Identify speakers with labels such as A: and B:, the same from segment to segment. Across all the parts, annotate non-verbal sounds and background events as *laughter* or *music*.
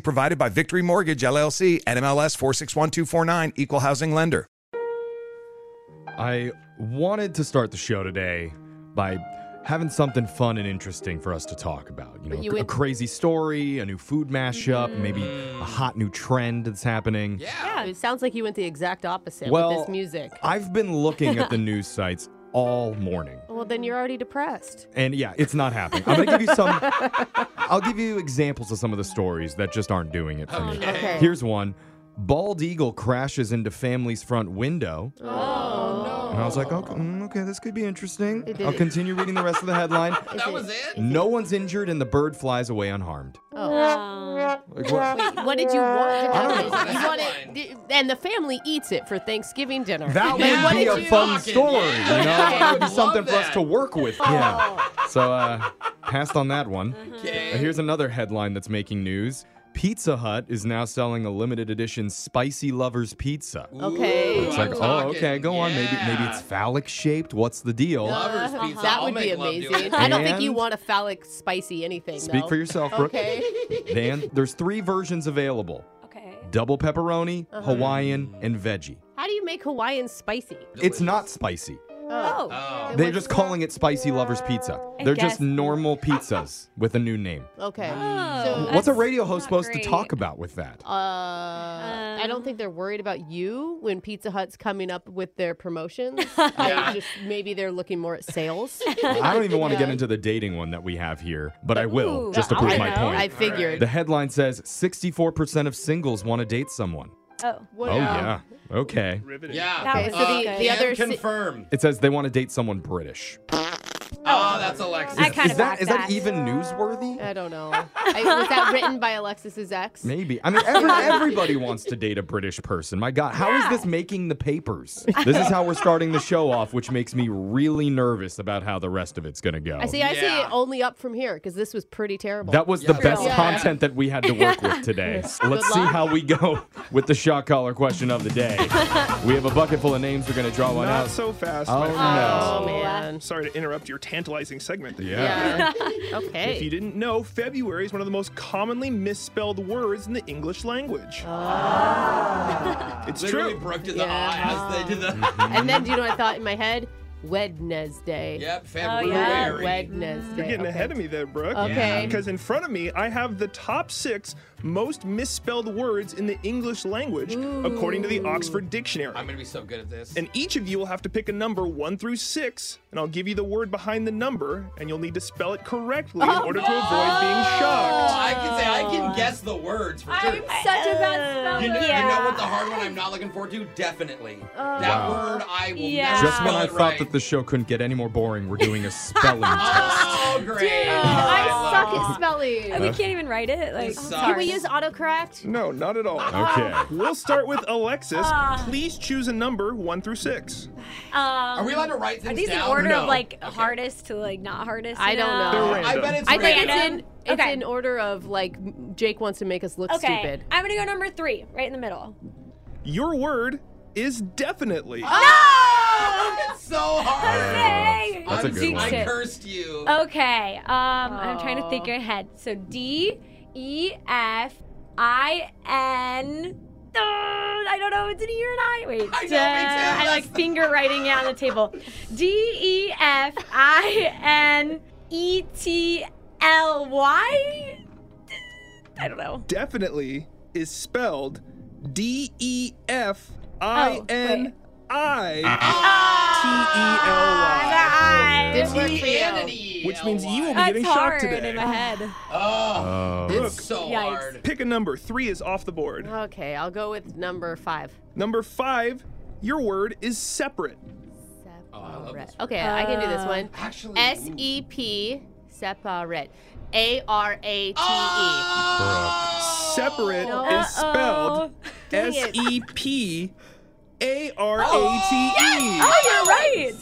A: provided by Victory Mortgage, LLC, NMLS 461249, Equal Housing Lender.
B: I wanted to start the show today by having something fun and interesting for us to talk about. You know,
C: you
B: a,
C: would- Mm-hmm.
B: crazy story, a new food mashup, maybe a hot new trend that's happening.
C: Yeah, it sounds like you went the exact opposite
B: Well,
C: with this music.
B: I've been
C: *laughs*
B: looking at the news sites all morning.
C: Well, then you're already depressed.
B: And yeah, it's not happening. I'm gonna give you some. I'll give you examples of some of the stories that just aren't doing it for me.
C: Okay.
B: Here's one: bald eagle crashes into family's front window. Oh no! And I was like, okay, mm, okay this could be interesting.
C: It
B: I'll
C: did-
B: continue reading the rest of the headline.
C: That was it.
B: no one's injured, and the bird flies away unharmed.
C: Oh.
B: Like, what-
C: Wait, what did you want?
B: I don't know.
C: You want it- d- and the family eats it for Thanksgiving dinner.
B: That would
C: What
B: be
C: did
B: a
C: you-
B: fun story, you know?
C: Yeah.
B: That would be something for us to work with. Yeah. So, uh, *laughs* passed on that one. Uh, Here's another headline that's making news. Pizza Hut is now selling a limited edition spicy lovers pizza.
C: Okay.
B: It's like, oh, okay, go on. Maybe maybe it's phallic shaped. What's the deal?
D: Uh-huh.
C: Uh, That would be amazing. I don't think you
B: And-
C: want a phallic spicy anything.
B: Speak
C: though.
B: for yourself, Brooke.
C: Okay.
B: *laughs* Dan, there's three versions available:
D: Okay.
B: double pepperoni,
C: Uh-huh.
B: Hawaiian, and veggie.
C: How do you make Hawaiian spicy?
B: It's not spicy.
D: Oh.
B: They're just calling it spicy lovers pizza.
D: I
B: They're just
D: guess.
B: normal pizzas with a new name.
C: Okay.
D: Oh,
B: What's a
D: that's
B: radio host
D: not
B: supposed
D: great.
B: to talk about with that?
C: Uh, I don't think they're worried about you when Pizza Hut's coming up with their
D: *laughs*
C: promotions. I just maybe they're looking more at sales.
B: I don't even want to get into the dating one that we have here, but I will
D: Ooh.
B: just to
D: I
B: prove
C: I
B: my
D: know.
B: point.
C: I figured.
B: the headline says 64% of singles want to date someone.
D: Oh.
C: What-
B: Oh, yeah. Okay.
E: *laughs* Yeah.
D: That
C: Okay,
D: was
C: so the,
D: good.
C: the other si-
E: confirm.
B: It says they want to date someone British.
E: Oh, that's Alexis.
D: I kind
B: is
D: of
B: that is
D: that,
B: that even newsworthy?
C: I don't know. I, was that written by Alexis's ex?
B: Maybe.
C: *laughs*
B: I mean, every, everybody wants to date a British person. My God, how is this making the papers? This is how we're starting the show off, which makes me really nervous about how the rest of it's going to go.
C: I see. I see it only up from here because this was pretty terrible.
B: That was the best
C: Yeah.
B: content that we had to work
C: *laughs*
B: with today. Let's see
C: luck.
B: how we go with the shot collar question of
C: *laughs*
B: the day. we have a bucket full of names. We're going to draw one
F: Not
B: out.
F: so fast,
B: Oh,
F: my friends.
C: oh man.
F: Sorry to interrupt your tantalizing segment. There.
C: Yeah.
F: If you
C: okay.
F: didn't know, February is one of the most commonly misspelled words in the English language.
C: Ah.
F: *laughs* it's
E: Literally
F: true.
E: broke to the
C: Yeah.
E: eye as they did the.
C: And then do you know what I thought in my head? Wednesday.
E: yep,
D: Oh,
E: February.
D: yeah.
C: Wednesday.
F: You're getting
C: okay.
F: ahead of me there, Brooke.
C: Okay.
F: Because in front of me, I have the top six most misspelled words in the English language, according to the Oxford Dictionary.
E: I'm going to be so good at this.
F: And each of you will have to pick a number one through six, and I'll give you the word behind the number, and you'll need to spell it correctly
C: Oh,
F: in order to avoid being
E: oh,
F: shocked.
E: I can say I can guess the words for sure.
D: I'm such a bad
C: Oh.
E: You
D: speller.
E: know,
D: yeah. Oh.
E: you know what the hard one I'm not looking forward to? Definitely. that word I will
D: Yeah.
E: never
B: Just when
E: spell
B: I
E: it
B: thought
C: *laughs*
E: right.
B: that the show couldn't get any more boring, we're doing a spelling test.
E: Oh, great.
C: at spelling.
D: we can't even write it. Like,
E: This
C: Can
E: sucks.
C: we use autocorrect?
F: No, not at all.
B: Okay.
F: We'll start with Alexis.
D: Ah.
F: Please choose a number one through six.
E: Are we allowed to write things
D: are these in
E: down?
D: order
E: No.
D: of like
E: Okay.
D: hardest to like not hardest?
C: I don't
D: now?
C: know.
F: They're
E: I bet it's
C: I think
E: random.
C: it's in it's
D: Okay.
C: in order of like Jake wants to make us look
D: Okay,
C: stupid.
D: I'm gonna go number three, right in the middle.
F: Your word is definitely.
D: Ah.
E: Oh, *laughs* it's so hard.
D: Hey!
B: That's a
E: I'm-
B: good
E: I
B: one.
E: cursed you.
D: Okay, um, I'm trying to think ahead. So D E F I N. Uh, I don't know. It's an E or an I. Wait.
E: I know, me too.
D: uh, I like finger writing it on the table. D E F I N E T L Y. I don't know.
F: Definitely is spelled D E F I N I T E L Y.
D: I.
C: Didn't work for
E: T and an
C: you.
E: E.
F: Which means you will be
D: Oh, Ah. That's
F: getting shocked
D: hard
F: today.
D: in my head.
E: Oh,
B: Oh.
E: it's so
D: Yikes.
E: hard.
F: Pick a number. Three is off the board.
C: Okay, I'll go with number five.
F: Number five, your word is separate.
E: Oh,
C: Separate. Okay, I can do this one.
D: Um,
E: Actually,
C: S E P separate. A R A T
E: Ah,
C: E.
E: Oh.
F: Separate
C: No.
F: is spelled
C: Dang
F: S
C: it.
F: E P A R A T E,
D: Oh, you're right.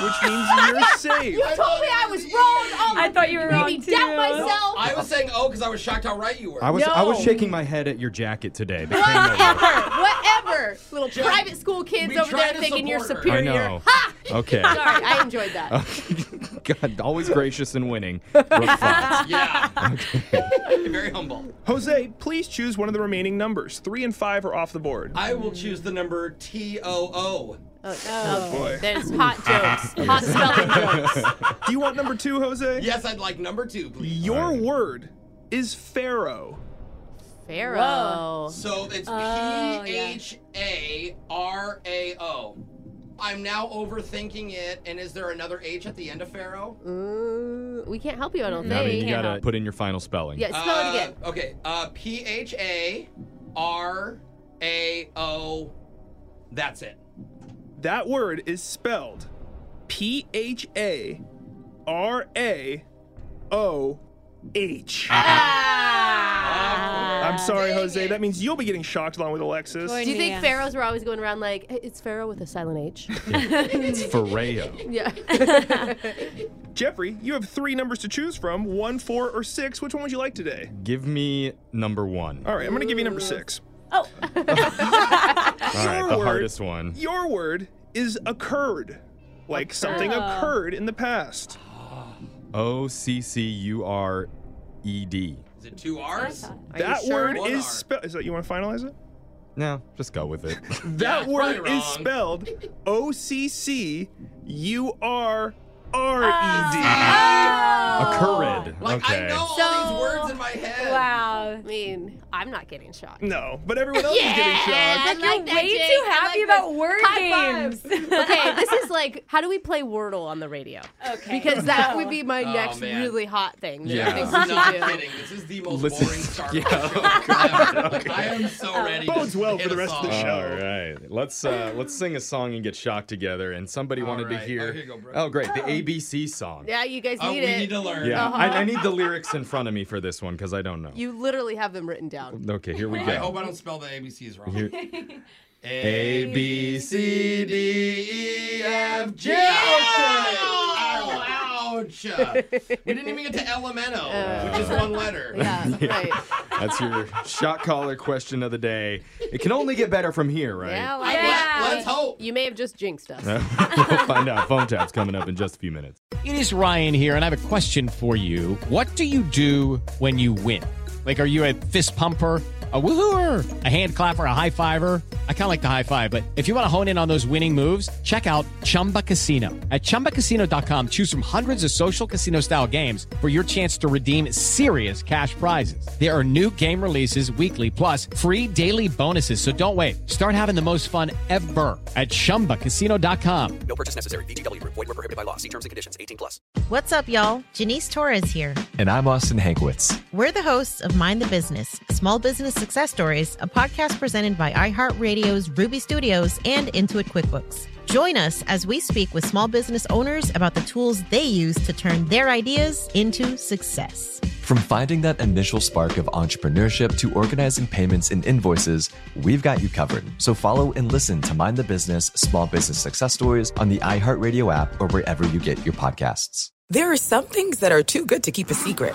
F: which means you're
C: Oh,
F: safe.
C: You told me I was
E: E.
C: wrong. Oh,
D: I thought you were
C: made
D: wrong
C: me
D: too.
C: doubt myself.
E: I was saying oh because I was shocked how right you were.
B: I was I was
C: No.
B: shaking my head at your jacket today. The camo.
C: Whatever, *laughs* whatever. Little private school kids
E: we
C: over
E: try
C: there
E: to
C: thinking you're
E: support her.
C: superior.
B: I know.
C: Ha!
B: Okay. Oh,
C: Sorry, I enjoyed
B: *laughs*
C: that.
B: God, always gracious and winning. Brooke Fox.
E: *laughs* Yeah. Very humble.
F: Jose, please choose one of the remaining numbers. Three and five are off the board.
E: I will choose the number T O O.
D: Oh,
F: boy.
C: There's hot
B: *laughs*
C: jokes, hot spelling jokes.
F: Do you want number two,
E: *laughs*
F: Jose?
E: Yes, I'd like number two, please.
F: Your word is Pharaoh.
C: Pharaoh.
E: So it's P H A R A O. I'm now overthinking it. And is there another H at the end of Pharaoh?
C: Ooh, we can't help you, I don't
B: I
C: think.
B: mean, you gotta put in your final spelling.
C: yeah, spell it again.
E: Uh, Okay. Uh, P H A R A O. That's it.
F: That word is spelled P H A R A O H.
C: Ah.
F: I'm sorry, Jose. That means you'll be getting shocked along with Alexis.
C: Do you think pharaohs were always going around like, "Hey, it's pharaoh with a silent
E: *laughs*
C: H?
B: It's Ferreo.
C: yeah.
F: Jeffrey, you have three numbers to choose from one, four, or six. Which one would you like today?
B: Give me number one.
F: All right, I'm going to give you
E: Uh.
F: number six.
B: All right, the
F: Your word.
B: hardest one.
F: Your word is occurred, like something occurred in the past.
B: O C C U R E D.
E: Is it two R's?
F: that word
E: One R.
F: is spelled. Is that you want to finalize it?
B: No, just go with
E: *laughs*
B: it.
F: That
E: it's
F: word
E: probably
F: is
E: wrong. *laughs*
F: spelled O C C U R R E D.
E: Uh.
D: Oh,
B: Occurred.
E: Oh, Like
B: okay.
E: I know all
C: So-
E: these words in my head.
D: Wow.
C: I mean, I'm not getting shocked.
F: No, but everyone else is getting
C: I
F: shocked.
C: like
D: You're
C: that,
D: way
C: Jake.
D: too
C: I
D: happy
C: like
D: about
C: this.
D: word
C: High
D: games. *laughs*
C: fives. okay, this is like, how do we play Wordle on the radio?
D: Okay.
C: Because that would be my
E: Oh,
C: next
E: man.
C: really hot thing. that
B: Yeah.
C: I think
E: This
C: we
E: is
C: should
E: not
C: do.
E: *laughs* kidding. This is the most
B: Listen-
E: boring Star Wars
B: Yeah.
C: *laughs*
E: show ever. I
C: Oh.
E: am so ready. to
F: Bodes well
E: hit
F: for the
E: a
F: rest of the
E: song.
F: show.
B: All right, let's uh, let's sing a song and get shocked together. And somebody wanted to
E: right.
B: hear.
E: Oh, Uh-huh. here you go, bro.
B: oh, great, the ABC song.
C: Yeah, you guys
E: Oh,
C: need
E: we
C: it.
E: need to learn.
B: Yeah, I, I need the lyrics in front of me for this one because I don't know.
C: You literally have them written
B: *laughs*
C: down.
B: okay,
E: *laughs*
B: here we
E: I hope
B: go.
E: I don't spell the ABCs wrong.
B: A B C
E: C
B: D.
E: D E F G. Ow, ouch. We didn't even get to LMNO, which is one letter.
C: Oh. Yeah, right.
B: That's your shot caller question of the day. It can only get better from here, right?
C: Yeah, like
D: Yeah.
C: that.
E: Let's hope.
C: You may have just jinxed us.
B: *laughs* we'll find out. Phone tap's coming up in just a few minutes.
G: It is Ryan here, and I have a question for you. What do you do when you win? Like, are you a fist pumper? A woohooer, a hand clapper, a high fiver. I kind of like the high five, but if you want to hone in on those winning moves, check out Chumba Casino. At chumbacasino.com, choose from hundreds of social casino style games for your chance to redeem serious cash prizes. There are new game releases weekly, plus free daily bonuses. So don't wait. Start having the most fun ever at chumbacasino.com.
H: No purchase necessary. VGW Group. Void were prohibited by law. See terms and conditions. 18 plus.
I: What's up, y'all? Janice Torres here.
J: And I'm Austin Hankwitz.
I: We're the hosts of Mind the Business Small Business Success Stories, a podcast presented by iHeartRadio's Ruby Studios and Intuit QuickBooks.
D: Join us as we speak with small business owners about the tools they use to turn their ideas into success.
K: From finding that initial spark of entrepreneurship to organizing payments and invoices, we've got you covered. So follow and listen to Mind the Business Small Business Success Stories on the iHeartRadio app or wherever you get your podcasts.
L: There are some things that are too good to keep a secret.